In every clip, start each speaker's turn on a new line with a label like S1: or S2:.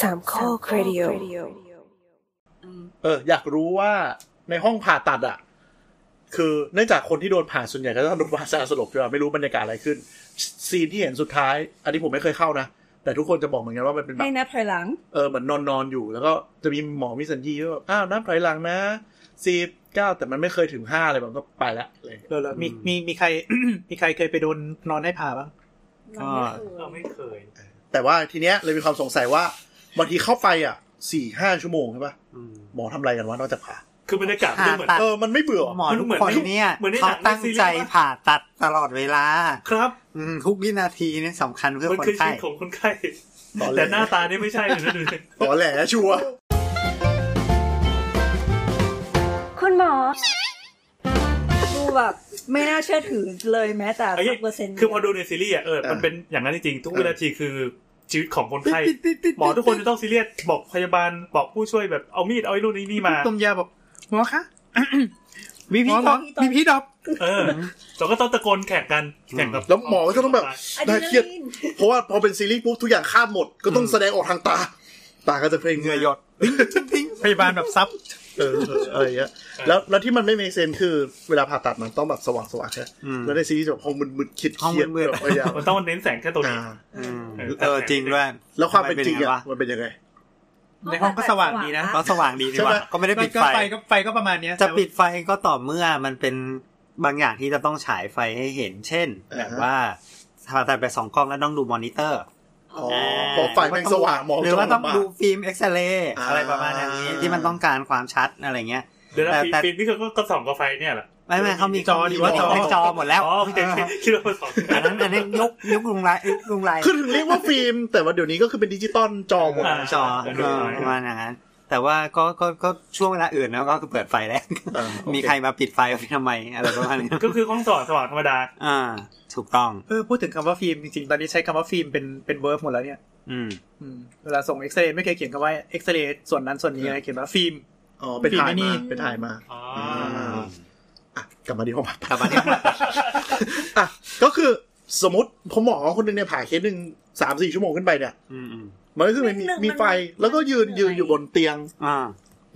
S1: สามข้อครดิโอ
S2: เอออยากรู้ว่าในห้องผ่าตัดอ่ะ คือเนื่องจากคนที่โดนผ่าส่วนใหญ่ก็ต้องโดนผ่าสารสลบใช่ไหมไม่รู้บรรยากาศอะไรขึ้น ซีนที่เห็นสุดท้าย อันนี้ผมไม่เคยเข้านะ แต่ทุกคนจะบอกเหมือนกันว่ามันเป็นแบบ
S3: ให้นับถอยหลัง
S2: เออเหมือนนอนนอนอยู่แล้วก็จะมีหมอมิสัญญีว่าแบบอ้าวนับถอยหลังนะสิบเก้าแต่มันไม่เคยถึงห้าเลยมันก็ไปละอะไรอย่างเลย
S4: แล้วแล้วมีมีมีใคร มีใครเคยไปโดนนอนให้ผ่าบ้าง
S5: อ่าเราไม่เคย
S2: แต่ว่าทีเนี้ยเลยมีความสงสัยว่าบางทีเข้าไปอ่ะสี่ห้าชั่วโมงใช่ปะ
S5: อืม
S2: หมอทำอะไรกันวะนอกจากผ่า
S5: คือบรรยากาศมัน
S6: ผ่า
S5: จะเหมือน
S6: ตัด
S2: เออมันไม่เบื่อเหรอ
S6: หมอทุ
S5: มัน
S6: ก
S5: เหมือน
S6: คนเนี่ย
S5: เหมือนในหนั
S6: เขา
S5: ง
S6: ตั้ง
S5: ในซีรีส์
S6: ใจ
S5: ปะ
S6: ผ่าตัดตลอดเวลา
S5: ครับ
S6: อืมทุกวินาทีนี่สำคัญเพื่อ
S5: มัน
S6: คน
S5: คือชี
S6: ไข้
S5: วิตของคนไข้
S2: ตอนแร
S5: แต่
S2: ก
S5: หน้าตานี่ไม่ใช่เลยนะดู สิ
S2: ตอนแหลชัวร์
S1: คุณหมอ
S3: ดูแบบไม่น่าเชื่อถือเลยแม้แต่สักเปอร์เซ็นต์
S5: คือพอดูในซีรีส์อ่ะเออมันเป็นอย่างนั้นจริงๆทุกวินาทีคือชีวิตของคนไข้ หมอทุกคนจะต้องซีเรียสบอกพยาบาลบอกผู้ช่วยแบบเอามีดเอาไอ้นู่นไอ้นี่มา
S4: ต้มยาบอกหมอ คะมีพี่
S6: หมอหม
S4: ด
S6: อ
S4: อกมีพี่ดอก
S5: เออเราก็ต้องตะโกนแข่งกันแข่งกับ
S2: แล้วหมอก็ต้องแบบ
S3: อะดรี
S2: น่า
S3: นา
S2: เครียด
S3: ลีน
S2: เพราะว่าพอเป็นซีรีส์ปุ๊บทุกอย่างข้ามหมดก็ต้องแสดงออกทางตา ตาก็จะเพลง
S4: เหงื่อหยดทิ้งพยาบาลแบบซับ
S2: เออเอออะไรอย่างเงี้ยแล้วแล้วที่มันไม่เมคเซนคือเวลาผ่าตัดมันต้องแบบสว่างสว่างๆใช่ไหม
S6: อืม
S2: แล้วในซีรีส์จะแบบห้องมืดๆเครียดๆ
S6: ห้องมืดๆ
S2: แบบพยายาม
S5: มันต้องเน้นแสงแค่ตัวนี้
S2: อ่า
S6: อืม
S5: เออ
S6: เออจริงด้วย
S2: แล้วความเป็นจริง
S6: ทำไม
S2: อะ
S6: วะ
S2: มันเป็นยังไง
S4: ในห้องก็สว่างดีนะ
S6: ก็สว่างดีนี่หว่า
S2: ใช่ปะ
S6: ก็ไม่ได้ปิด
S4: ก็
S6: ไฟ
S4: ก็ไฟก็ประมาณเนี้ย
S6: จะปิดไฟก็ต่อเมื่อมันเป็นบางอย่างที่จะต้องฉายไฟให้เห็น เช่น
S2: อ่าฮะ
S6: แบบว่าผ่าตัดไปสองกล้องแล้วต้องดูมอนิเตอร์
S2: อ๋อพอไฟแม่งสว่างมอง
S6: หรือว่าต้อง
S2: จลำบก
S6: ดูฟิล์มเอ็กซเรย์
S2: อ่า
S6: อะไรประมาณอย่างนี้ที่มันต้องการความชัดอะไรเงี้ย
S5: เดี๋ยวนะ
S6: แต่
S5: ฟิล์มฟิล์ม
S6: แต่
S5: นี่คือก็ส่องกาไฟเนี่ยแหละ
S6: ไม่ไม่เขามี
S4: จอดีว่าจอ
S6: เป็นจอหมดแล้ว
S5: อ๋อโอเคคิดว่าส่อง
S6: อันนั้นอันนั้นยกยกลุงไรยกลุงไร
S2: คือถึงเรียกว่าฟิล์ม แต่ว่าเดี๋ยวนี้ก็คือเป็นดิจิตอลจอหมด
S5: า
S6: จอ
S5: เดี๋ยว
S6: เอ
S5: ดู
S6: อ
S5: หน่อย
S6: ประมาณอย่างนั้น แต่ว่าก็ก็ก็ช่วงเวลาอื่นแล้วก็เปิดไฟแล้ว
S2: อ่าโอเ
S6: มีใครมาปิดไฟเอาไปทำไมอะไรประมาณนี้
S5: ก็คือห้องสว่างสว่างธรรมดา
S6: อ่า ถูกต้อง
S4: เออพูดถึงคำว่าฟิล์มจริงๆ ตอนนี้ใช้คำว่าฟิล์มเป็นเป็นเวิร์บหมดแล้วเนี่ย
S6: อืม
S4: อืมเวลาส่งเอ็กซเรย์ไม่เคยเขียนคำว่าเอ็กซเรย์ส่วนนั้นส่วนนี้นะเขียนว่าฟิล์ม
S2: อ๋อไปถ่าย
S4: ฟิล์มไม่มี
S2: มาไปถ่ายมา
S5: อ๋อ
S2: อ่ะกลับมาที่ห้องผ่าตัด
S6: กลับมาที่
S2: อ่ะก็คือสมมติผมหมอคนหนึ่งเนี่ยผ่าเคสหนึ่งสามสี่ชั่วโมงขึ้นไปเนี่ย
S6: อืมอืม
S2: มันก็คือมันมีมีไฟแล้วก็ยืนยืนอยู่บนเตียง
S6: อ่า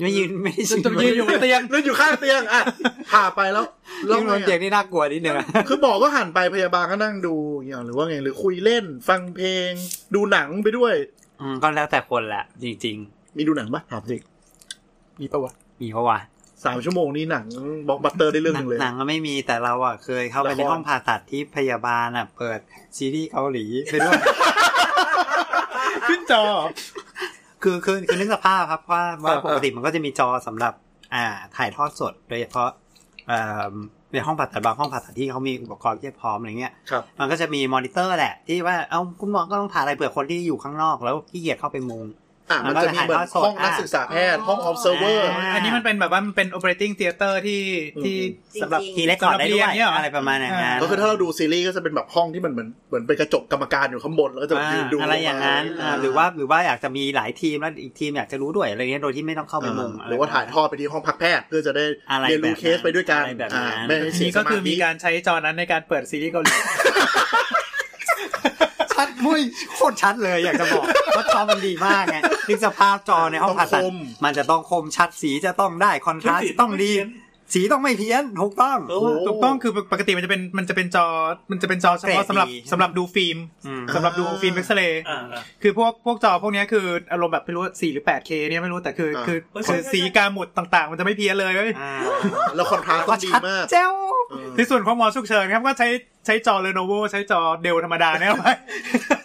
S6: ไม่ยืนไม่ได้
S4: จะยืนอยู่บนเตียง
S2: แล้วอยู่ข้างเตียงอ่ะผ่าไปแล้วแล้
S6: ยื
S2: วน
S6: บน
S2: ไง
S6: เตียงนี่น่ากลัวนิดนึงอะ
S2: คือหมอก็หันไปพยาบาลก็นั่งดูอย่างเงี้ยหรือว่าไงหรือคุยเล่น ฟังเพลง ดูหนังไปด้วย
S6: อืมก็แล้วแต่คนแหละจริง
S2: มีดูหนังปะถามสิ
S4: มีปะวะ
S6: ๆ มีเพราะว่า
S2: สามชั่วโมงนี้หนังบล็อกบัตเตอร์ได้เรื่องหนึ่งเลย
S6: หนังก็ไม่มีแต่เราอ่ะเคยเข้าไป
S2: ละคร
S6: ในห้องผ่าตัดที่พยาบาลอ่ะ เปิดซีรีส์เกาหลีไป ด้วย
S4: ขึ้นจอ
S6: คือคือคือนึกสภาพครับว่าว่า
S4: เอ
S6: ป
S4: อ
S6: กติมันก็จะมีจอสำหรับ อ่าถ่ายทอดสดโดยเฉพาะเอ่อในห้องผ่าตัดบางห้องผ่าตัดที่เขามีอุปกรณ์เพียบพร้อมอะไรเงี้ย
S2: ครับ
S6: มันก็จะมีมอนิเตอร์แหละ ที่ว่าเอาคุณหมอก็ต้องผ่าอะไรเผื่อคนที่อยู่ข้างนอกแล้วขี้เกียจเข้าไปมุง
S2: อ่ะมันจะมีเหมือน
S6: มันก็
S2: ห้อง
S6: ถ่าย
S2: นัก
S6: ทอดสด
S2: ศึกษาแพทย์ห้อง observer
S6: อ่า
S4: อันนี้มันเป็นแบบว่ามันเป็น operating theater ที่ที่สำหรับ
S6: ทีเล็กก่อนได้ด้ว
S4: สำหรั
S6: ย
S4: บเรียนเนี่ยเหรออ
S6: อะไรประมาณอย่างนั้น
S2: ก็คือถ้าเราดูซีรีส์ก็จะเป็นแบบห้องที่มันเหมือนเหมือนเป็นกระจกกรรมการอยู่ข้างบน แล้วก็จะ
S6: อ่า
S2: ยืนดู
S6: อะไรอย่างนั้นอ่าหรือว่าหรือว่าอยากจะมีหลายทีมแล้วอีกทีมอยากจะรู้ด้วยอะไรเงี้ยโดยที่ไม่ต้องเข้าไป
S2: อ่า
S6: มุงะ
S2: ห
S6: ไ
S2: รือว่าถ่ายทอดไปที่ห้องพักแพทย์เพื่อจะได้
S6: อะไร
S2: เรียนรู้
S6: แบบนั้น
S2: เคสไปด้วยกัน
S6: อะไรแบบนั้น
S2: อ่าไม่ให้เสีย
S4: นี่
S2: ส
S4: ก็
S2: มา
S4: คือมี
S2: ธิ
S4: การใช้จอนั้นในการเปิดซีรีส์เกาหลี
S6: ชัดมุ้ยโคตรชัดเลยอยากจะบอกว่าจอมันดีมากไงนึกสภาพจอในห้องผ่าตัดมันจะต้องคมชัดสีจะต้องได้คอนทราสต์ต้องดี สีต้องไม่เพี้ยนถูกต้อง
S2: โอ้โห
S4: ถูกต้องคือปกติมันจะเป็นมันจะเป็นจอมันจะเป็นจอเฉพาะสำหรับ
S6: เกรดดี
S4: สำหรับดูฟิล์ม
S6: อืม
S4: สำหรับดูฟิล์มเอ็กซเรย์
S5: อ่า
S4: คือพวกพวกจอพวกเนี้ยคืออารมณ์แบบไม่รู้สี่หรือแปดเคเนี่ยไม่รู้แต่คือ
S2: อ่า
S4: คือ
S5: เออใช่
S4: คือ
S5: ใช่
S4: สีการหมุดต่างๆ มันจะไม่เพี้ยนเลยเว้ย
S6: อ่า
S2: แล้วคอนทราสต์
S6: ก็
S2: ต้องดี
S6: ชัด
S2: มาก
S6: เจ้า
S2: เออ
S4: ที่ส่วนของหมอฉุกเฉินครับก็ใช้ใช้จอเรโนโวใช้จอเดลธรรมดาเนี่ย ไป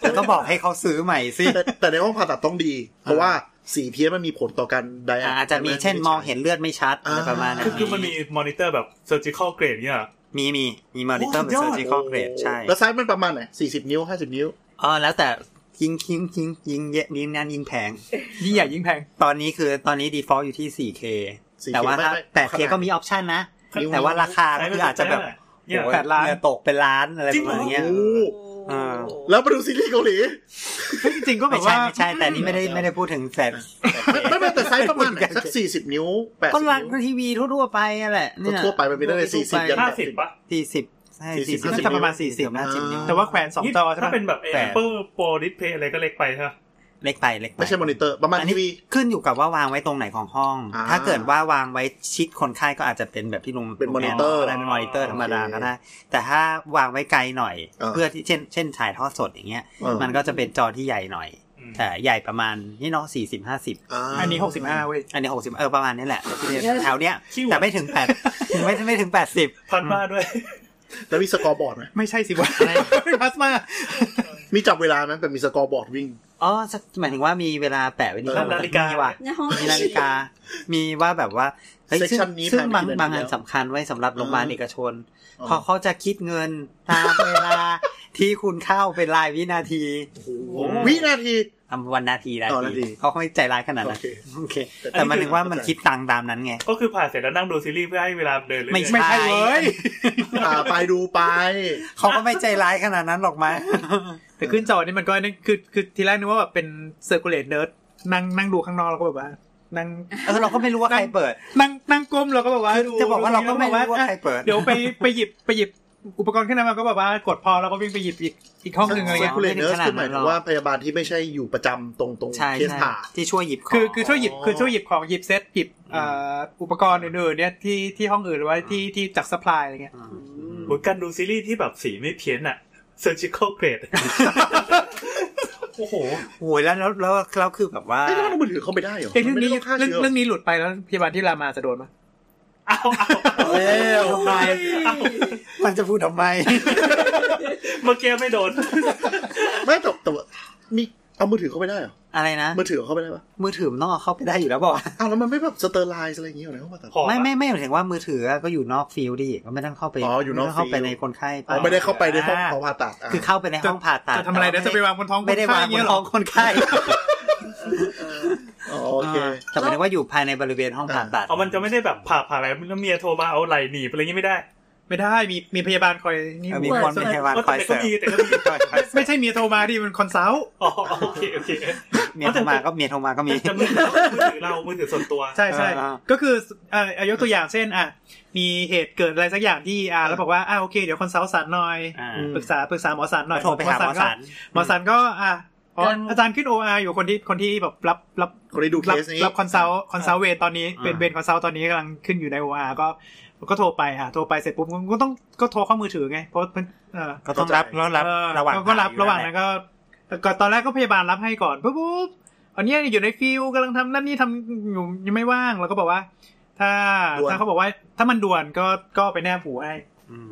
S6: แต่ก็บอกให้เขาซื้อใหม่ สิ
S2: แต่แต่ในห้องผ่าตัดต้องดี เพราะว่าสีเพี้ยนมันมีผลต่อการได
S6: อ่าอาจจะมีเช่นมองเห็นเลือดไม่ชัดอะไรประมาณนั้น
S5: คือคือมันมีมอนิเตอร์แบบ surgical grade เนี่ยเหรอ
S6: มีมีมีมอนิเตอร์เป็นเซอร์จิคอลเกรดใช่
S2: แล้วไซส์มันประมาณไหนสี่สิบนิ้วห้าสิบนิ้ว
S6: อ๋อแล้วแต่ยิงยิงยิงยิงเยอะยิงนานยิงแพง
S4: ยิ่งใหญ่ยิ่งแพง
S6: ตอนนี้คือตอนนี้ default อยู่ที่ 4K
S2: 4K
S6: แต่ว่าถ้า
S2: ไม่ไม่
S6: 8K ก็มีออปชันนะ แต่ว่าราคาก็คืออาจจะแบบ
S5: เนี่ย
S6: โอ้ยเงิตกเป็นล้านอะไรประมาณเนี้ย
S2: โอ้
S6: เออ
S2: แล้วมาดูซีรีส์เกาหลี
S4: ซึ่งจริงๆก็แบ
S6: ไม่
S4: บ
S6: ใช่
S4: ว่า
S6: ไม่ใช่ แต่นี่ไม่ได้ไม่ได้พูดถึงแสน
S2: ไม่ไม่แต่ไซส์ประมาณไหนสักสี่สิบนิ้วแปด
S6: ก็
S2: สิบ
S6: รัน
S2: นิ้ว
S6: ทีวีทั่วๆไปนั่นแหละเย
S2: ทั่วๆไปมันมีตั้งแต่40ยัน
S5: ห้าสิบปะ
S6: สี่สิบใช่สี่สิบ
S2: 40
S6: น่าจะประมาณสี่สิบนะสิบนิ้ว
S4: แต่ว่าแขวนสองจอใช่
S5: ถ้า
S4: ปะ
S5: เป็นแบบ
S6: แต่
S5: Apple Pro Display อะไรก็เล็กไปใช่ไหม
S6: เล็กไปเล็กไป
S2: ไม่ใช่มอนิเตอร์ ประมาณ
S6: อัน
S2: ที
S6: นี้
S2: วี
S6: ขึ้นอยู่กับว่าวางไว้ตรงไหนของห้อง
S2: อ่า
S6: ถ้าเกิดว่าวางไว้ชิดคนไข้ก็อาจจะเป็นแบบที่ลุง
S2: เป็น monitor
S6: ได้เป็นมอนิเตอร์
S2: โอเค
S6: ธรรมดาก็ได้แต่ถ้าวางไว้ไกลหน่อย
S2: เออ
S6: เพื่อที่เช่นเช่นถ่ายทอดสดอย่างเงี้ย
S2: เออ
S6: มันก็จะเป็นจอที่ใหญ่หน่อย
S5: อืม
S6: แต่ใหญ่ประมาณนี่เนาะสี่สิบห้าสิบ
S4: อันนี้หกสิบห้าเว้ย
S6: อันนี้หกสิบเออประมาณนี้ แหละแถวเนี้ย
S5: ขี้หวด
S6: แต่ไม่ถึงแปดไม่ไม่ถึงแปดสิบ
S5: พันมาด้วย
S2: แล้วมีสกอร์บอร์ดไหม
S4: ไม่ใช่สิวะพลาสมา
S2: มีจับเวลาไหมแต่มีสกอร์บอร์ดวิ่ง
S6: อ๋อสักหมายถึงว่ามีเวลาแปะไว้ที่
S2: เออ
S6: ข้ง
S5: นาฬิกา
S6: มีว่ะ
S3: ในห้อง
S6: มีนาฬิกา มีว่าแบบว่าเฮ้ยซึ่ง
S2: Section นี้
S6: ซึ่งบาง
S2: ผ่านไปกี่
S6: บาง
S2: นาที
S6: งานสำคัญไว้สำหรับโรงพยาบาล
S2: อ่า
S6: เอกชน
S2: อ๋อ
S6: พอเขาจะคิดเงินตามเวลา ที่คุณเข้าเป็นรายวินาที
S2: วินาที
S6: ทำวันนาทีนา
S2: อ๋อนาที
S6: ทีเขาไม่ใจร้ายขนาดนั้
S2: โอ
S6: น
S2: เค
S6: โอเค แต่หมันถึงว่ามันคิดตังค์ตามนั้นไง
S5: ก็คือผ่านเสร็จแล้วนั่งดูซีรีส์เพื่อให้เวลาเดินเลย
S6: ไม่
S4: ไม่ใช่เว้ย
S2: อ่าไปดูไป
S6: เขาก็ไม่ใจร้ายขนาดนั้นหรอกมั้ย
S4: แต่ขึ้นจอนี่มันก็นั่นคือคือทีแรกนึกว่าแบบเป็นเซอร์คูลเลตเนิร์ดนั่งนั่งดูข้างนอกแล้วก็แบบว่า นั่ง
S6: เออเราก็ไม่รู้ว่าใครเปิด
S4: นั่งนั่งก้มแล้วก็แบบว่า
S6: คือ
S4: ดู
S6: จะบอกว่า
S4: ดู
S6: เราก็ไม่รู้
S4: แล้ว
S6: ว่า
S4: แบบ
S6: ใครเปิด
S4: อ่ะเดี๋ยวไปไปหยิบไปหยิบอุปกรณ์ขึ้นมาก็แบบว่ากดพอแล้วก็วิ่งไปหยิบอีกอีกห้องหนึ่งอะไร
S2: เซ
S4: เงี้ย
S2: คูลเลเนอร์
S6: ไม่ถึงขนาด
S2: คือหมาย
S6: นั้
S2: ถึ
S6: น
S2: ง
S6: หรอก
S2: ว่าพยาบาลที่ไม่ใช่อยู่ประจำตรงตรง
S6: ใช่
S2: เคส
S6: ใช่
S2: ผ่า
S6: ที่ช่วยหยิบของ
S4: คือคือช่วยหยิบ
S2: อ๋อ
S4: คือช่วยหยิบของหยิบเซตหยิบเอ่ออุปกรณ์อื่นๆเนี่ยที่ที่ห้องอื่นหรือว่าที่ที่จากสป라이อะไรเงี้ย
S5: เหมือนกันดูซีรีส์ที่แบบสีไม่เพี้ยนอะ surgical grade โอ้โห
S6: โอ้ยแล้วแล้วแล้วแล้วคือแบบว่า
S2: เอ้ยแล้วมันเอามือถือเข้าไปได้เหรอ
S4: ไอ้เรื่องนี้
S2: มัไม่ได้ต้ฆ่า
S4: เรื่อง
S2: ชื้อห
S4: เรื่องนี้หลุดไปแล้วพยาบาลที่รามาจะโดนไหม
S5: เอาเอา
S6: เอ้ยทำไมมันจะพูดทำไม
S5: เมื่อกี้ไม่โด น
S2: ไม่แต่แต่ว่ามีเอามือถือเข้าไปได้เหรอ
S6: อะไรนะ
S2: มือถือเข้าไปได้ปะ
S6: มือถือมันนอกเข้าไปได้อยู่แล้วบอก
S2: อ้าวแล้วมันไม่แบบสเตอร์ไลน์อะไรอย่างเงี้ยเหรอในห้องผ่าตัด
S5: ขอ
S6: ไม่ไม่ไม่หมายถึงว่ามือถือก็อยู่นอกฟิลด์ดิก็ไม่ต้องเข้าไป
S2: อ๋ออยู่นอกฟิลด์
S6: ไม่ต้งเข้าไปในคนไข้
S2: อ๋อไม่ได้เข้าไปในห้องเขาผ่าตัดะ
S6: คือเข้าไปในห้องผ่าตัด
S4: จะทำอะไรเดี๋ยวจะไปวางบนท้อง
S6: ไม่ได้
S4: คนข้
S6: วาง
S4: อ
S6: บ
S4: ย่เงี้
S6: น
S4: ยหร
S6: ท้อ
S4: อ
S6: งคนไข้
S2: อ๋อโอเค
S6: แต่หมายถึงว่าอยู่ภายในบริเวณห้องผ่าตัด
S5: เอามันจะไม่ได้แบบผ่าผ่าอะไรแล้วเมียโทรมาเอาไหลหนีบอะไรเงี้ยไม่ได้
S4: ไม่ได้มีมีพยาบาลคอยนี่
S6: เออมีคนเป็นพยาบาล
S5: ก็
S6: ค
S5: แต่
S6: อยเส
S5: ก็
S6: ริม
S5: มีแต่ก็มี
S4: ไม่ใช่เมียโทรมาที่มันคอนซัลท์
S5: อ๋อโอเคโอเค
S6: เมียโทรมาก็เมียโทรมาก็มี
S5: แต่มือถือเรามือถือส่วนตัว
S4: ใช่ใช่
S6: อ่า
S4: ก็คือเอ่ออายกตัวอย่างเช่นอ่ะมีเหตุเกิดอะไรสักอย่างที่อ่าแล้วบอกว่าอ่าโอเคเดี๋ยวคอนซัลท์สันหน่อย
S6: อ่า
S2: อืม
S4: ปรึกษาปรึกษาหมอสันหน่อย
S6: โทรไปหาหมอสัน
S4: ก็หมอสันก็อ่ะอ๋อ
S6: เดิน
S4: อาจารย์ขึ้นโออาอยู่คนที่คนที่แบบรับรับ
S2: คนที่ดูเค
S4: รั
S2: สนี้
S4: รับคอนซัลท์คอนซัลท์เวรตอนนี้เป็นเวรคอนซัลท์ตอนนี้กำลังขึ้นอยู่ในโออาก็ก็โทรไปอ่ะโทรไปเสร็จปุ๊บก็ต้องก็โทรเข้ามือถือไงเพราะมันเอ่อ
S6: ก็ต้องรับแล้วรับ
S4: เออ
S6: ระหว่าง
S4: ก็รับระหว่าง
S6: นั้
S4: นั้น นก็ก่อนตอนแรกก็พยาบาลรับให้ก่อนปุ๊บปุ๊บอันเนี้ยอยู่ในฟิลกำลังทำนั่นนี่ทำอยู่ยังไม่ว่างเราก็บอกว่า ถ้า
S2: ด่วน
S4: ถ้าเขาบอกว่า ถ้ามันด่วนก็ก็ไปแนบหูให้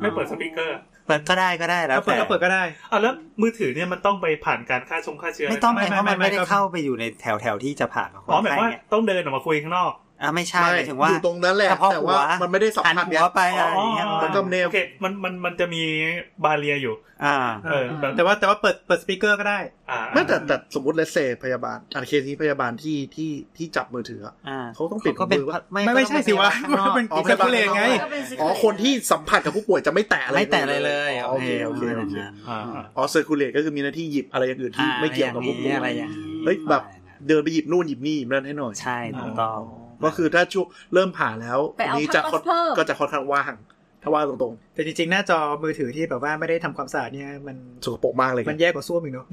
S5: ไม่เปิดสปีกเกอร์
S6: เปิดก็ได้ก็ได้แล้ว
S4: ก็เปิด
S6: แต่
S4: ก็เปิดก็ได้
S5: อ่ะแล้วมือถือเนี่ยมันต้องไปผ่านการฆ่าชงฆ่าเชื้อ
S6: ไม่ต้อง
S4: ไม่
S6: ไป
S4: ไม่
S6: เพราะมัน
S4: ไม่
S6: ไม่ได้
S4: ก็
S6: เข้าไปอยู่ในแถวแถวๆที่จะผ่ากับค
S5: อ๋อน หมาย
S6: ไข้
S5: ว่า
S6: ไง
S5: ต้องเดินออกมาคุยข้างนอก
S6: อ่ะไม่ใช่หมายถึงว่า
S2: อยู่ตรงนั้นแหละ
S6: กระเพาะ
S2: แต่
S6: หัว
S2: ว่ามันไม่ได้สัม
S6: หัน
S2: ผัส
S6: หั
S2: เนี่ยว
S6: ไปอะไรอย่างเงี้ย
S2: มันก็เน
S5: โอ
S2: ม
S5: เค มันมันมันจะมีบาเรียอยู่
S6: อ่า
S5: เออแบบ
S4: แต่ว่าแต่ว่าเปิดเปิดสปีกเกอร์ก็ได้
S5: อ่า
S2: ไม่แต่แต่สมมติเลสเซพยาบาลอันเคสนี้พยาบาลที่ที่ที่จับมือถืออะ
S6: อ่า
S2: เขาต้องปิด
S6: ก็เป็น
S2: มือปะ
S4: ไม่ไม่ใช่สิวะ
S6: ก็ต้อง
S4: มั
S6: เป็น น
S2: อ๋อ
S4: เป็
S2: พ
S4: น
S2: ยาบาล
S4: เเลไง
S3: ก็เป็น secret
S2: อ๋อคนที่สัมผัสกับผู้ป่วยจะไม่แตะ
S6: ข้า
S2: อะ
S6: งนอก
S2: ไร
S6: ไม่แตะอะไรเลย
S2: อ๋อโอเคโอเคโอเค
S5: อ่าอ่า
S2: อ๋อเซอร์คูลเลตก็คือมีหน้าที่หยิบอะไรอย่างอื่นที่ไม่เกี่ยวกับผู้ป่วย
S6: อะไรอย่างนี้
S2: เฮ้ยแบบเดินไปหยิบนู่นหยิบนี่หยิบนั่นให้หน่อย
S6: ใช่ถูกต้อง
S2: ก็คือถ้าช่วงเริ่มผ่าแล้ว
S3: ไปเอา
S2: นี้
S3: ผ้า
S2: จะ
S3: ก๊อซเพิ่ม
S2: ก็จะค่อนข้างว่างถ้าว่างตรง
S4: แต่จริงๆ หน้าจอมือถือที่แบบว่าไม่ได้ทำความสะอาดเนี่ยมัน
S2: ๆสกปรกมากเลย
S4: มันแย่กว่าส้วมอีกเนาะ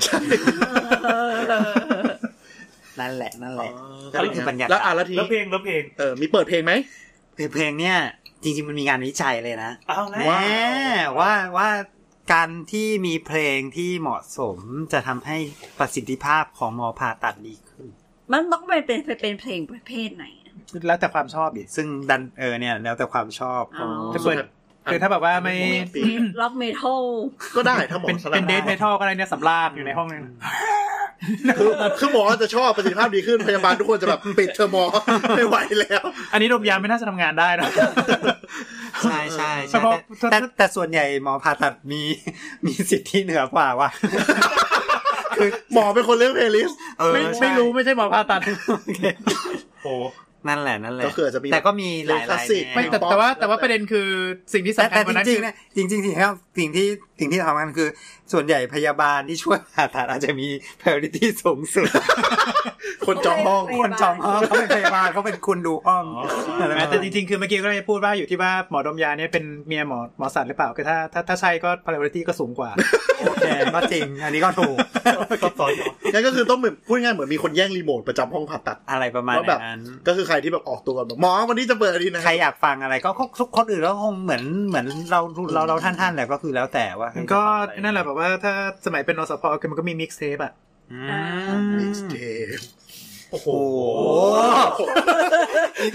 S6: นั่นแหละนั่นแหละ
S2: ก็
S6: ก็คือบรรยากาศ
S2: แล้วอ่ะแล้วที
S5: แล้วเพลงแล้วเพลง
S2: เออมีเปิดเพลงไหม
S6: เพลงเนี่ยจริง ๆ มันมีงานวิจัยเลยนะ
S5: เอาแล้ว
S6: แหมว่าว่าการที่มีเพลงที่เหมาะสมจะทำให้ประสิทธิภาพของหมอผ่าตัดดีขึ้น
S3: มันต้องเป็นเป็นเป็นเพลงประเภทไหนอะ
S4: แล้วแต่ความชอบดิ
S6: ซึ่งดันเออเนี่ยแล้วแต่ความชอบ
S3: อ๋อ
S4: จะเปิดคือถ้าแบบว่าไม่
S2: ปี
S3: ล็อกเมทัล
S2: ก็ได้ถ้าหมอ
S4: เป็น
S2: สลับ
S4: เป็นเดทเมทัลก็ได้เนี่ยสำราบอยู่ในห้องนึง
S2: คือคือหมอจะชอบประสิทธิภาพดีขึ้นพยาบาลทุกคนจะแบบ ปิดเธอหมอไม่ไหวแล้ว
S4: อันนี้ดมยาไม่น่าจะทำงานได้นะ
S6: ใช่ใช่
S4: เฉ
S6: ใช่
S4: พาะ
S6: แต่แต่แต่ส่วนใหญ่หมอผ่าตัดมีมีสิทธิเหนือกว่าว่ะคือ
S2: หมอเป็นคนเลือกเพลย์ลิสต์
S6: เออ
S4: ไม่
S6: ใช่
S4: ไม่รู้ไม่ใช่หมอผ่าตัด
S6: โอเค
S5: โอ้
S6: นั่นแหละนั่นแหละ
S2: ก็คืออาจจะมี
S6: แต่ก็มีหลาย
S2: เลขคลาสสิก
S6: ๆแนว
S4: ไม่แต่แต่ว่าแต่ว่าประเด็นคือสิ่งที่
S6: แต่
S4: สำคั
S6: แต่
S4: ญก
S6: จ
S4: ว่านั้น
S6: ริ
S4: คื
S6: ง
S4: อ
S6: ๆเนี่ยจริงๆสิ่งที่สิ่งที่ สิ่งที่ทำกันคือ ส่วนใหญ่พยาบาลที่ช่วยผ่าตัดอาจจะมี priority สูงสุด
S2: คนจองห้อง
S6: คนจองห้องเขาเป็นพยาบาลเขาเป็นคุณดูห้องอะไรแบบ
S4: แต่
S6: นั้น
S4: จริงๆ คือเมื่อกี้ก็ได้พูดว่าอยู่ที่ว่าหมอดมยาเนี่ยเป็นเมียหมอหมอสัตว์หรือเปล่าคือถ้าถ้าถ้าใช่ก็ priority ก็สูงกว่า
S6: โอเคก็จริง อันนี้ก็ถูก
S5: ซับซ้อน
S2: งั้นก็คือต้องเหมือนพูดง่ายเหมือนมีคนแย่งรีโมทประจำห้องผ่าตัด
S6: อะไรประมาณ
S2: ว่าแบบ
S6: นั้น
S2: ก็คือใครที่แบบออกตัวก่อนบอกหมอวันนี้จะเปิดอันนี้นะ
S6: ใครอยากฟังอะไรก็ก็ทุกคนอื่นก็คงเหมือนเหมือนเราเราเราท่านท่านๆแหละก็คือแล้วแต่ว่า
S4: มันก็นั่นแหละแบบว่าถ้าสมัยเป็นอสพคือมันก็มีมิกซ์เทปอะ
S6: อื
S2: มิก
S6: ม
S2: ซ์เทป
S5: โอ้โห
S6: โอ้โห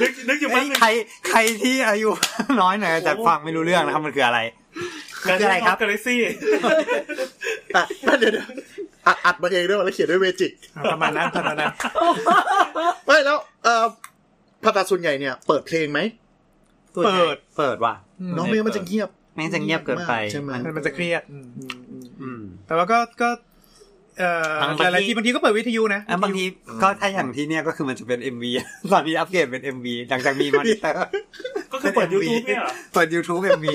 S5: นึกนึกอยู่
S6: ไอ้
S5: มั้ง
S6: ย
S5: หนึ่ง
S6: ใครใครที่อายุ น้อยหน่อยจะฟังไม่รู้เรื่องนะครับมันคืออะไร
S5: การ
S6: คืออะไรครับ
S5: กาแล็กซี่
S2: อ่ะนั่นเดี๋ยวนะอัดอัดมาเองด้วยวะแล้วเขียนด้วยเวจิก
S4: ประมาณนั้นประมาณนั้น
S2: ไม่แล้วเอ่อผ่าตัดส่วนใหญ่เนี่ยเปิดเพลงไหม
S6: ส่วนใหญ่
S5: เปิด
S6: เปิดว่ะ
S2: น้องเมย์มันจะเงียบ
S6: ไม่งั้นจะเงียบเกินไป
S2: ใช่ไหม
S4: มันมันจะเครียดอืม
S6: อืม
S4: แต่ว่าก็ก็เอ่อบ
S6: างที
S4: หลายๆที่บางทีก็เปิดวิทยุนะ
S6: อ่ะบางทีก็ถ้าอย่างที่เนี่ยก็คือมันจะเป็น MV ตอนนี้อัปเกรดเป็น MV หลังจากมีมอนิเตอร์
S5: ก็คือเปิด YouTube เนี่ยเหรอ
S6: เปิด YouTube MV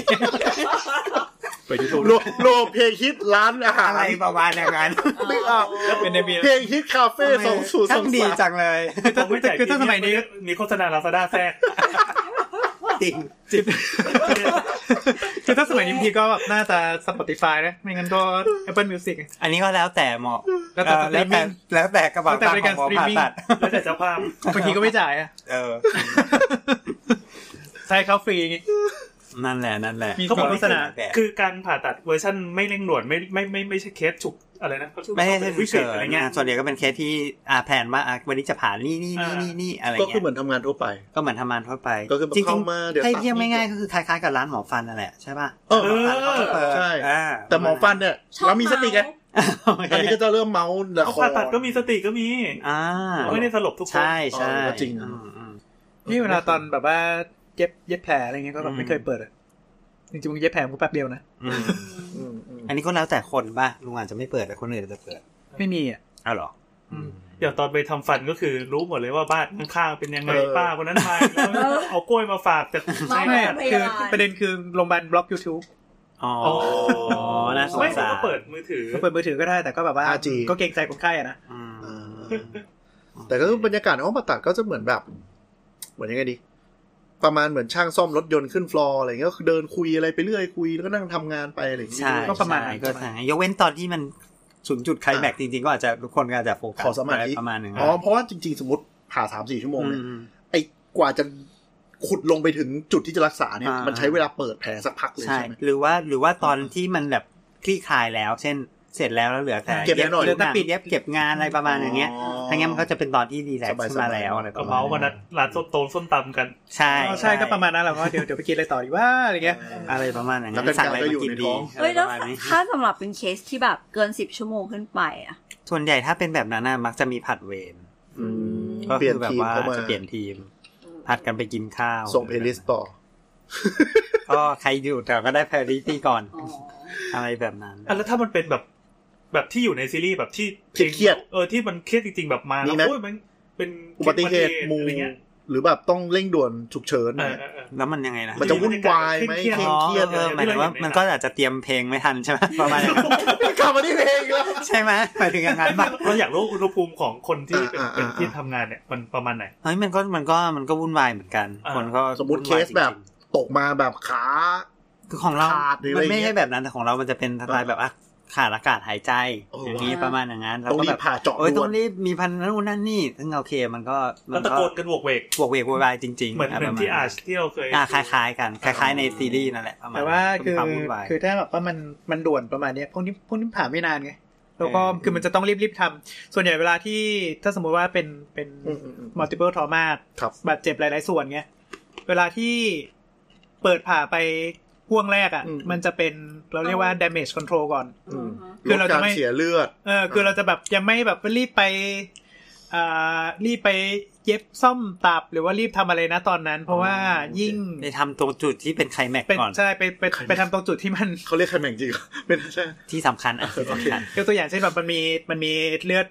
S5: เปิด YouTube
S2: โลโลเพลงฮิตร้านอาหาร
S6: อะไรประมาณอย่างนั้น
S2: ไม่เอา
S5: แล้วเป็นในเบีย
S2: เพลงฮิตคาเฟ่สองศูนย์ส
S6: ทั้
S2: อง
S6: งดี
S2: สาม
S6: จังเลย
S5: คือถ้าสมัยนี้มีโฆษณาลาซาด้าแทรก
S6: จริง
S4: คือถ้าสมัยนี้บางทีก็แบบน่าจะ Spotify นะไม่งั้นก็ Apple Music
S6: อันนี้ก็แล้วแต่หมอ
S4: แล้วแต่
S6: เอ่อแล้วแต่
S4: streaming
S6: แล้วแต่กระบะ
S4: แล้วแต่
S6: ตาม
S4: บริ
S6: ข
S4: กา
S6: อ
S4: รง
S6: หมอผ่า
S4: streaming
S6: ตัด
S5: แล้วแต่เจ้าภาพ
S4: บางทีก็ไม่จ่ายอะ
S6: เออ
S4: ใช้เขาฟรีอย่างงี้
S6: นั่นแหละนั่นแหละ
S4: มี
S5: เขาบอก
S4: โฆษณา
S6: แต่
S5: คือการผ่าตัดเวอร์ชั่นไม่เร่งด่วนไม่ไม่ไม่ไม่ใช่เคสฉุกอะไรนะ
S6: ไม่ใช่
S5: วิ
S6: วิ
S5: ก
S6: ก
S5: ฤ
S6: ฤ
S5: ต
S6: ต
S5: อะ
S6: อะไรไร
S5: เงี้
S6: เงี้
S5: ย
S6: ยส่วนใหญ่ก็เป็นเคสที่อ่าแผนว่าอ่ะวันนี้จะผ่านนี่นี่นี่นี่นี่อะไร
S2: ก็
S6: เงี้ย
S2: คือเหมือนทำงานทั่วไป
S6: ก็เหมือนทำงานทั่วไป
S2: ก็คือแบบ
S6: จริ
S2: เข้าง มาเดี๋ยว
S6: ๆ
S2: ตัด
S6: ให้เทียบง่ายๆก็คือคล้ายๆกับร้านหมอฟันนั่นแหละใช่ป่ะ
S2: เออ
S5: เออ
S6: เปิด
S2: ใช่
S6: อ่า
S2: แต่หมอฟันเนี่ย
S3: ชอบ
S2: เรามีสติไงอันนี้ก็จะเริ่มเมาส์ละ
S5: เขา
S2: คร
S5: ผ่าตัดก็มีสติก็มี
S6: อ่า
S5: ไม่ได้สลบทุกคน
S6: ใช่ใช่
S2: เออก็จริง
S6: อืมอืม
S4: นี่เวลาตอนแบบว่าเย็บเย็บแผลอะไรเงี้ยก็แบบไม่
S6: อืม
S4: เคยเปิดอะจริงๆมึงเย็บแผลมันก็แป๊บเดียวนะ
S6: อืม
S2: อืมอืม
S6: อันนี้ก็แล้วแต่คนป่ะลุงอาจจะไม่เปิดแต่คนอื่นจะเปิด
S4: ไม่มีอ่ะ
S6: อ้าวเหรออืม
S5: อย่างตอนไปทำฟันก็คือรู้หมดเลยว่าบ้านข้างๆเป็นยังไงป้าคนนั้นมาเอากล้วยมาฝากแต่
S3: ไม่
S4: ไม่
S3: ไม่
S4: คื
S3: คือ อ
S4: ประเด็นคือโรงพยาบาลบล็อก YouTube
S6: อ๋อ น่าสง
S5: ไม่
S6: สาร
S5: ก็เปิดมือถือ
S4: ก็เปิดมือถือก็ได้แต่ก็แบบว่าก็เกรงใจคนไข้อะนะ
S6: อืม
S2: อ่าแต่ก็คือบรรยากาศในห้องผ่าตัดก็จะเหมือนแบบ เหมือนยังไงดี ประมาณเหมือนช่างซ่อมรถยนต์ขึ้นฟลอร์อะไรเงี้ยก็คือเดินคุยอะไรไปเรื่อยคุยแล้วก็นั่งทำงานไปอะไรอย่างเงี้ย
S6: ใช่
S4: ก็ประมาณ
S6: ใช่ก็ใช่ยกเว้นตอนที่มันสูงจุดไคลแม็กซ์จริงๆ ก็อาจจะทุกคนก็อาจจะโฟกัส
S2: ขอสมาธิ
S6: ประมาณหนึ่ง
S2: อ๋อเพราะว่าจริงๆ สมมติผ่าสามสี่ชั่วโมง
S6: อื
S2: เนี่ย
S6: ม
S2: ไอ้กว่าจะขุดลงไปถึงจุดที่จะรักษาเนี่ย
S6: อ่ามั
S2: มันใช้เวลาเปิดแผลสักพักเลย
S6: ใช่
S2: ใช่ไหม
S6: หรือว่าหรือว่าตอนที่มันแบบคลี่คลายแล้ว เช่นเสร็จแล้วแล้วเหลือแต่
S2: เก็บไว้หน่อย
S6: เหลือแต่ปิดเย็บเก็บงานอะไรประมาณอย่างเงี้ยทั้งงี้นมันก็จะเป็นตอนที่รีแลกซ์ขึ้นมาแล้วอะไรป
S5: ก็
S6: ระมาณ
S5: เมาส์วันนั้นร้านส้มโตส้มตำกัน
S6: ใช่
S4: อ๋อใช่ก็ประมาณนั้นแหละว่าเดี๋ยวเดี๋ยวไปกินอะไรต่อดีว่าอะไรเงี้ย
S6: อะไรประมาณอย่าง
S2: แล้ว
S6: เงี้
S2: เป็น
S6: ยสั่งอะไร
S2: การก็อยู่
S6: มากิน
S2: ในท้
S6: ดี
S2: อง
S6: อะไร
S7: เฮ้ยแล้ว
S6: ประมาณนี้
S7: ถ้าสำหรับเป็นเคสที่แบบเกินสิบชั่วโมงขึ้นไปอ่ะ
S6: ส่วนใหญ่ถ้าเป็นแบบนั้นน่ะมักจะมีผัดเวรก็
S2: เปลี่ยน
S6: คือแบบ
S2: ทีม
S6: ว่า
S2: เข้ามา
S6: จะเปลี่ยนทีมผัดกันไปกินข้าว
S2: ส่งเพลย์ลิสต์ต่อ
S6: ก็ใครอยู่แต่ก็ได้ priority ก่อน อะไรแบบนั้น
S5: อ่ะแล้วถ้ามันเป็นแบบแบบที่อยู่ในซีรีส์แบบที่
S2: เครียดๆ
S5: เออที่มันเครียดจริงๆแบบมา
S2: มี
S5: แล้ว
S2: ไหม
S5: โอ้ยมันเป็น
S2: อุบัติเหตุหมู่
S5: อะไรเงี้ย
S2: หรือแบบต้องเร่งด่วนฉุกเฉิน
S5: เออเออเออ
S6: แล้วมันยังไงนะ
S2: มันจะวุ่นวายไหม
S5: เครียด
S6: อ๋อ
S2: เครียด
S6: เออหมายถึงว่ามันก็อาจจะเตรียมเพลงไม่ทันใช่ไหมประมาณอย่างนั้น
S2: กลับมาที่เพลงอีกแล้ว
S6: ใช่ไหมหมายถึงอย่างนั้นปะ
S5: เราอยากรู้อุณหภูมิของคนที่เป็น
S2: อ่าอ่า
S5: เป็น
S2: อ่า
S5: ที่ทำงานเนี่ยมันประมาณไหน
S6: เฮ้ยมันก็มันก็มันก็วุ่นวายเหมือนกัน
S5: อ่า
S6: คนก็
S2: สมมติเค
S6: วุ่นวาย
S2: สแบบ
S6: จริง
S2: ตกมาแบบขา
S6: ๆคือของเรา
S2: ขาดหรืออะไร
S6: มันไม่
S2: เงี้
S6: ใช่
S2: ย
S6: แบบนั้นแต่ของเรามันจะเป็นสไตล์แบบอ่ะขาดอากาศหายใจ
S2: โอ้
S6: อย่างนี้ประมาณอย่างนั้นแล้ว
S2: ต้อง
S6: ก็
S2: รี
S6: แบบ บ
S2: ผ่าเจาะ
S6: โอ้ย
S2: ด่
S6: ต้
S2: ว
S6: อน งรีบมีพันนู่นนั่นนี่ซึ่งโอเคมันก็มั
S5: แล้วตะ
S6: ก็
S5: โกนกันบวกเวก
S6: บวกเวกโวยวายจริงๆ
S5: เหมือนเหมื
S6: ป
S5: อน
S6: ระาณ
S5: ที่อาชที่เราเคย
S6: อ่ะคล้ายๆกันคล้าย ๆในซีรีส์นั่นแหละประมาณ
S4: แต่ว่า
S6: เป็
S4: คื
S6: น
S4: อ
S6: วมวุ่นวาย
S4: คือถ้าแบบว่ามันมันด่วนประมาณเนี้ยพวกนี้พวกนี้ผ่าไม่นานไงแล้วก็
S6: เออ
S4: คือมันจะต้องรีบๆทำส่วนใหญ่เวลาที่ถ้าสมมติว่าเป็นเป็น
S2: อืมอืมอืม
S4: multiple trauma
S2: ครับ
S4: บาดเจ็บหลาย ๆ ส่วนไง เวลาที่เปิดผ่าไปพ่วงแรกอ่ะ
S2: อืม
S4: มันจะเป็นเราเรียกว่า damage control ก่อน
S2: อืม
S4: คือเราจะ
S2: ล
S4: ไม่
S2: ดกเสียเลือด
S4: เออคือเราจะแบบยังไม่แบบรีบไปอ่ารีบไปเย็บซ่อมตับหรือว่ารีบทำอะไรนะตอนนั้น เพราะว่ายิ่ง
S6: ไปทำตรงจุดที่เป็นไคลแม็กซ์
S4: เป็น
S6: ก่อน
S4: ใช่ไปไปไปทำตรงจุดที่มัน
S2: เขาเรียกใครแม่งจริงเหรอเป็นใช่
S6: ที่สำคัญอ่ะที่สำคัญ
S4: ยกตัวอย่างเช่นแบบมันมีมันมีเลือด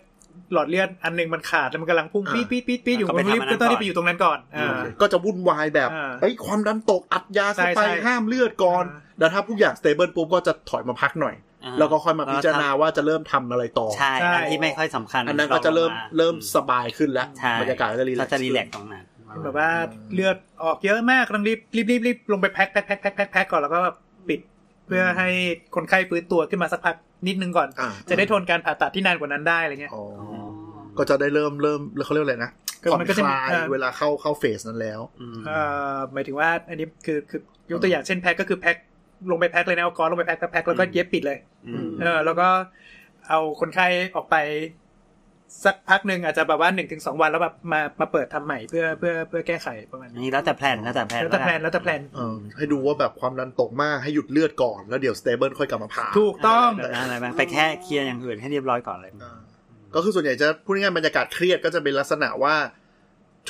S4: หลอดเลือดอันหนึงมันขาดแล้วมันกำลังพุ่ง
S6: อ่า
S4: ปี๊ดปี๊ดปี๊ดปี๊ดอยู่
S6: ก็
S4: มัน
S6: ไป
S4: รีบ
S6: ทำอันนั้น
S4: ต้องรี
S6: ก่อน
S4: บไปอยู่ตรงนั้นก่อนอ่า
S2: โอเคก็จะวุ่นวายแบบ
S4: อ่า
S2: เอ้ยความดันตกอัดยาเข้าไป
S4: ใช่ใช่
S2: ห้ามเลือดก่อน
S4: อ่า
S2: แล้วถ้าทุกอย่างสเตเบิลปุ๊บก็จะถอยมาพักหน่อย
S6: อ่า
S2: แล้วก็ค่อยมาพิจารณา
S6: แล้วท
S2: ว่าจะเริ่มทำอะไรต่อ
S6: ำใช่
S4: ใช่
S6: อันที่ไม่ค่อยสำคัญ
S2: อันนั้นก็จะเริ่ม
S6: อา
S2: เริ่มสบายขึ้นแล้ว
S6: ใช่
S2: บรรยากาศก็จะรีแล
S6: ก็
S2: กซ์
S6: จะรีแลกซ์ตรงนั้น
S4: แบบว่าเลือดออกเยอะมากต้องรีบรีบรีบรีบลงไปแพ็คแพ็คแพ็คแพ็คแพ็คแพ็คก่อนแล้วก็ปิด เพื่อให้คนไข้ฟื้นตัวขึ้นมาสักพักนิดนึงก่อน
S2: อ่า
S4: จะได้ทนการผ่าตัดที่นานกว่านั้นได้อะไรเงี้ย
S2: อ๋อก็จะได้เริ่มเริ่มเขาเรียกอะไรนะ
S4: ก็
S2: ผ่อ
S4: มัน นก็
S2: ค
S4: จะมี
S2: ลาย
S4: อ่า
S2: เวลาเข้าเข้าเฟสนั้นแล้ว
S4: เอ่อหมายถึงว่าอันนี้คือคือยกตัวอย่างเช่นแพ็คก็คือแพ็คลงไปแพ็คเลยนะเอากอนลงไปแพ็คแพ็คแพ็คแล้วก็
S6: อืม
S4: เย็บปิดเลย
S6: อืม
S4: เออแล้วก็เอาคนไข้ออกไป สักพักหนึ่งอาจจะแบบว่าหนึ่งถึงสองวันแล้วแบบมามาเปิดทำใหม่เพื่อเพื่อเพื่อแก้ไขประมาณ
S6: อัน
S4: นี้
S6: นี้แล้วแต่แพลนแล้วแต่แพลน
S4: แล้วแต่แพลนแล้วแต่แพลน
S2: เออให้ดูว่าแบบความดันตกมากให้หยุดเลือดก่อนแล้วเดี๋ยวสเตเบิลค่อยกลับมาผ่า
S4: ถูกต้อง
S6: อะไรบ้างไปแค่เคลียร์อย่างอื่นให้เรียบร้อยก่อนเลย
S2: อ่าก็คือส่วนใหญ่จะพูดง่ายๆบรรยากาศเครียดก็จะเป็นลักษณะว่า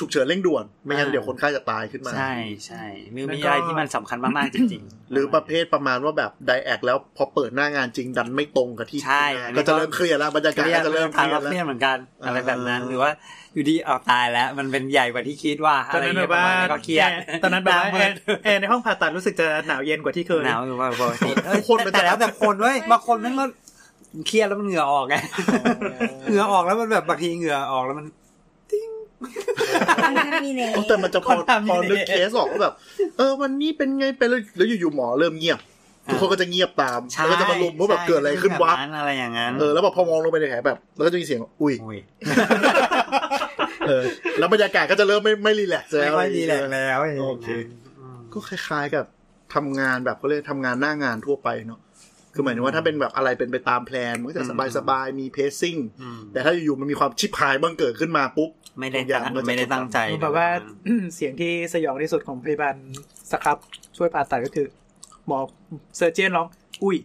S2: ฉุกเฉินเร่งด่วน ไม่งั้น
S6: อ่า
S2: เดี๋ยวคนไข้จะตายขึ้นมา
S6: ใช่ใช่มี
S4: แล้วก็
S6: มีอะไรที่มันสำคัญมากๆจริงๆ
S2: หรือประเภทประมาณว่าแบบไดแอกแล้วพอเปิดหน้างานจริงดันไม่ตรงกับที่
S6: ใช่
S2: ทำงานก็จะเริ่มเครียดแล้วบรรยากาศ
S6: เครียด
S2: ก็จะ
S6: เริ่
S2: เริ่
S6: ม
S2: ม
S6: ทา
S2: เค
S6: ง
S2: รีย
S6: รั
S2: ด
S6: บ
S2: แล้ว
S6: เนี่ยเหมือนกันอะไร
S2: อ่า
S6: แบบนั้น หรือว่าอยู่ดีเอาตายแล้ว มันเป็นใหญ่กว่าที่คิดว่าอะ
S4: ตอน
S6: ไร
S4: นั้น
S6: เงี้
S4: แบ
S6: ยประ
S4: บว่า
S6: มาณนี้ก็เครียด
S4: ตอนนั้นแบบว่า
S6: ห
S4: แอร์แอร์ในห้องผ่าตัดรู้สึกจะหนาวเย็นกว่าที่เค
S6: มืด
S4: ย
S6: หนาวอยู่ว่าปกติเอ้ย
S2: คนมันจะ
S6: แต่แล้วแต่คนเว้ยบางคนนั่นก็เครียดแล้วมันเหงื่อออกไงเหงื่อออกแล้วมันแบบบางทีเหงื่อออกแล้วมัน
S3: ไม่มีเนย
S2: โอ้แต่มันจะพอ
S6: คนทำ
S2: พอนึก
S6: อยู่ดี
S2: เคสออกก็แบบ เออวันนี้เป็นไงไปแล้วแล้วอยู่ๆหมอเริ่มเงียบทุกคนก็จะเงียบตาม
S6: ใช่
S2: แล้วก็จะมาลุมว่าแบบเกิดอะไรขึ้นวะ
S6: ใช่อะไรอย่างนั้น
S2: เออแล้วแบบพอมองลงไปในแผลแบบแล้วก็จะมีเสียงอุ้ย
S6: โอ้ย
S2: เออแล้วบรรยากาศก็จะเริ่มไม่ไม่รีแลกซ์แล้ว
S6: ไม่ค่อยดีแหละแล้วย่างนั้น
S2: โอเค ก็คล้ายๆกับทำงานแบบเขาเรียกทำงานหน้างานทั่วไปเนาะ คือหมายถึงว่าถ้าเป็นแบบอะไรเป็นไปตามแพลนมันก็จะสบายๆ มีเพซซิ่ง
S6: อืม
S2: แต่ถ้าอยู่ๆมันมีความชิบหายบังเกิดขึ้นมาปุ๊บ
S6: ไม่ได้
S2: ทุกอย่าง
S6: ตั้ง
S2: มันจะ
S6: ไม่ได้ตั้งใจ
S4: แบบว่า เสียงที่สยองที่สุดของพยาบาลสครับช่วยผ่าตัดก็คือหมอเซอร์เจียนร้อง อุ้ย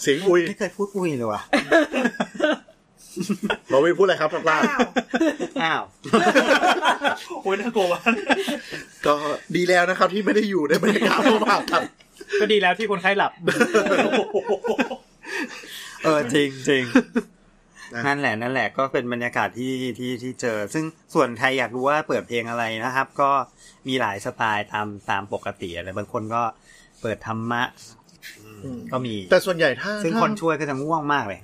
S2: เสียงอุ้ย
S6: ไม่เคยพูดอุ้ยเลยว่ะ
S2: เราไม่พูดอะไรครับพลาด
S6: อ้าว
S5: โอ้ยน่ากลัววะ
S2: ก็ดีแล้วนะครับที่ไม่ได้อยู่ในบรรยากาศของผ่า ตัด
S4: ก็ดีแล้วที่คนไข้หลับ
S6: เออจริงจริง
S2: ะ
S6: นั่นแหละนั่นแหละก็เป็นบรรยากาศที่ที่ที่เจอ ซึ่งส่วนใครอยากรู้ว่าเปิดเพลงอะไรนะครับ ก็มีหลายสไตล์ตามตามปกติอะไรบางคนก็เปิดธรรมะก็มี
S2: แต่ส่วนใหญ่ถ้า
S6: ซึ่ง
S2: ถ้า
S6: คนช่วยก็จะง่วงมากเลย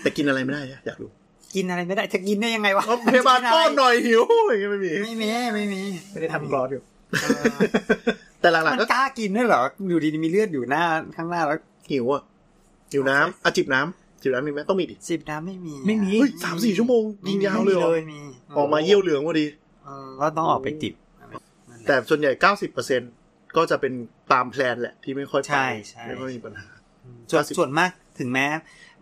S2: แต่กินอะไรไม่ได้อะอ ยากรู้
S6: กินอะไรไม่ได้จะกินได้ยังไงวะ
S2: เอาพยาบาลป้อนหน่อยหิวอย่างเงี้ยไม่ มี
S6: ไม่มีไม่มี
S4: ไม่ได้ทำกรอสอยู่
S2: แต่หลั
S6: มั
S2: ก
S6: น
S2: ๆก็
S6: กล้ากินด้วยเหรออยู่ดีๆมีเลือดอยู่หน้าข้างหน้าแล้ว
S2: หิวอ่ะหิวน้ำอ่ะจิบน้ำจิบน้ำมีไหมต้องมีดิ
S6: สิบน้ำไม่มี
S4: ไม่มี
S2: เฮ้ยสามสี่ชั่วโมงกินยาวเลยเหรอ
S6: ไม่มี
S2: ออกมาเยี่ยวเหลืองพอดี
S6: เออก็ต้องออกไปจิบ
S2: แต่ส่วนใหญ่ 90%ก็จะเป็นตามแพลนแหละที่ไม่ค่อยไป
S6: ใช่ใช่
S2: ไม่ค่อยมีปัญหา
S6: ส่วน
S2: 90
S6: ส่วนมากถึงแม้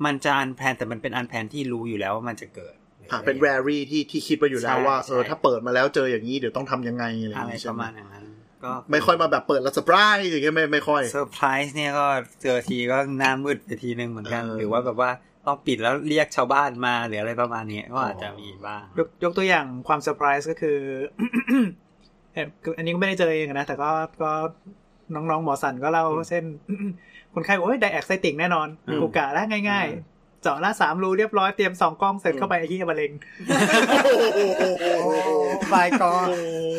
S6: มันจะอันแพลนแต่มันเป็นอันแพลนที่รู้อยู่แล้วว่ามันจะเกิด
S2: อ่ะเป็นแวรี่ที่ที่คิดไปอยู่แล้ว
S6: ใช่
S2: ว่าเออ
S6: ใช่
S2: ถ้าเปิดมาแล้วเจออย่างนี้เดี๋ยวต้องทำยังไงอะไรอ
S6: อะ
S2: ย่าง
S6: ไร
S2: งี้
S6: ป
S2: ใช่
S6: ระ
S2: ไหม
S6: มาณอย่างนั้น ก็
S2: ไม่ค่อยมาแบบเปิดแล้วเซอร์ไพรส์อย่างเงี้ยไม่ไม่ค่อย
S6: เซอร์ไพรส์เนี่ยก็เจอทีก็หน้ามืดไปทีนึงเหมือนกัน
S2: เออ
S6: หรือว่าแบบว่าต้องปิดแล้วเรียกชาวบ้านมาหรืออะไรประมาณเนี้ยก็อาจจะมีบ้าง
S4: ยกยกตัวอย่างความเซอร์ไพรส์ก็คือ เอ่อคืออันนี้ก็ไม่ได้เจอเองนะ แต่ก็ก็น้องๆหมอสันก็เล่าเช่น คนไข้บอกว่าไดแอกไซติ่งแน่นอน
S6: อืม
S4: โอกาสแรกง่าย
S6: อืม
S4: ๆ เจาะละสามรูเรียบร้อยเตรียมสองกล้องเสร็จเข้าไปไอ้ที่มะเร็ง
S6: บายก่อน
S2: โ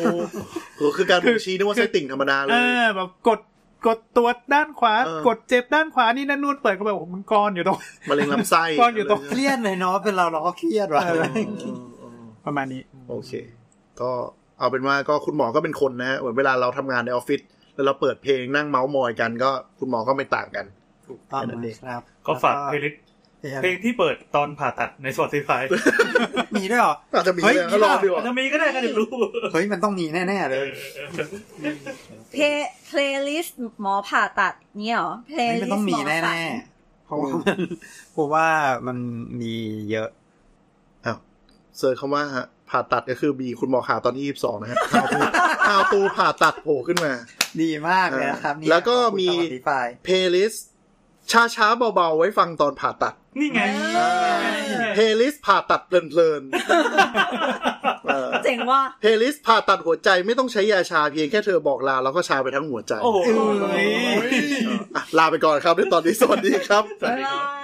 S2: อ้คือการบ่งชี้นึกว่า
S4: คื
S2: ไส้
S4: อ
S2: ติ่งธรรมดาเล
S4: เอย อแบบกดกดตัวด้านขวา
S2: เออ
S4: กดเจ็บด้านขวานี่นั่นนู่นเปิดเข้าไปโอ้โหมันกรอนอยู่ตรง
S2: มะเร็งลำไส้
S4: ก้อนอยู่ตรง
S6: เครียดเลยเนาะเป็นเราเราก็เครียดว่ะ
S4: ประมาณนี้
S2: โอเค ก็เอาเป็นว่าก็คุณหมอก็เป็นคนนะฮะเหมือนเวลาเราทำงานในออฟฟิศแล้วเราเปิดเพลงนั่งเมาส์มอยกันก็คุณหมอก็ไม่ต่างกัน
S6: ถูกต้องนะครับ
S5: ก็ฝากเพลงลิสต์เพลงที่เปิดตอนผ่าตัดในสปอติฟาย
S6: มีด้วยเหรอ
S2: อาจจะมี
S6: เฮ้ย
S2: เลยนะรอดีกว่า
S5: จะมีก็ได้ก็เดี๋ยวรู้
S6: เฮ้ยมันต้องมีแน่ๆเลย
S7: เพเพลย์ลิสต์หมอผ่าตัดเนี่ยเหรอเพลย์
S6: นี่
S7: ลิสต์
S6: มันต้อง
S7: หม
S6: มี
S7: อ
S6: แน่
S7: สัน
S6: ๆเพราะว่ามันเพราะว่ามันมีเยอะ
S2: เซิร์ชคำว่าฮะผ่าตัดก็คือบีคุณหมอขาตอนที่ยี่สิบสองนะฮะข่ าวตูข่าวตูผ่าตัดโผล่ขึ้นมา
S6: ดีมากเลยนะครับ
S2: แล้วก็มี
S6: เพล
S2: เพล
S6: ย์ลิส
S2: ย์ลิส ช้าช้าๆเบาๆไว้ฟังตอนผ่าตัด
S5: นี่ไง
S2: เพล y l ลิสผ่าตัดเพลินๆเออ
S3: เจ๋งว่า
S2: เพลย์ลิสผ่าตัดหัวใจไม่ต้องใช้ยาชาเพียงแค่เธอบอกลาแล้วก็ชาไปทั้งหัวใจ
S5: โอ้โห
S2: อ่ะลาไปก่อนครับในตอนนี้สวัสดีครับ
S3: บ๊ายบาย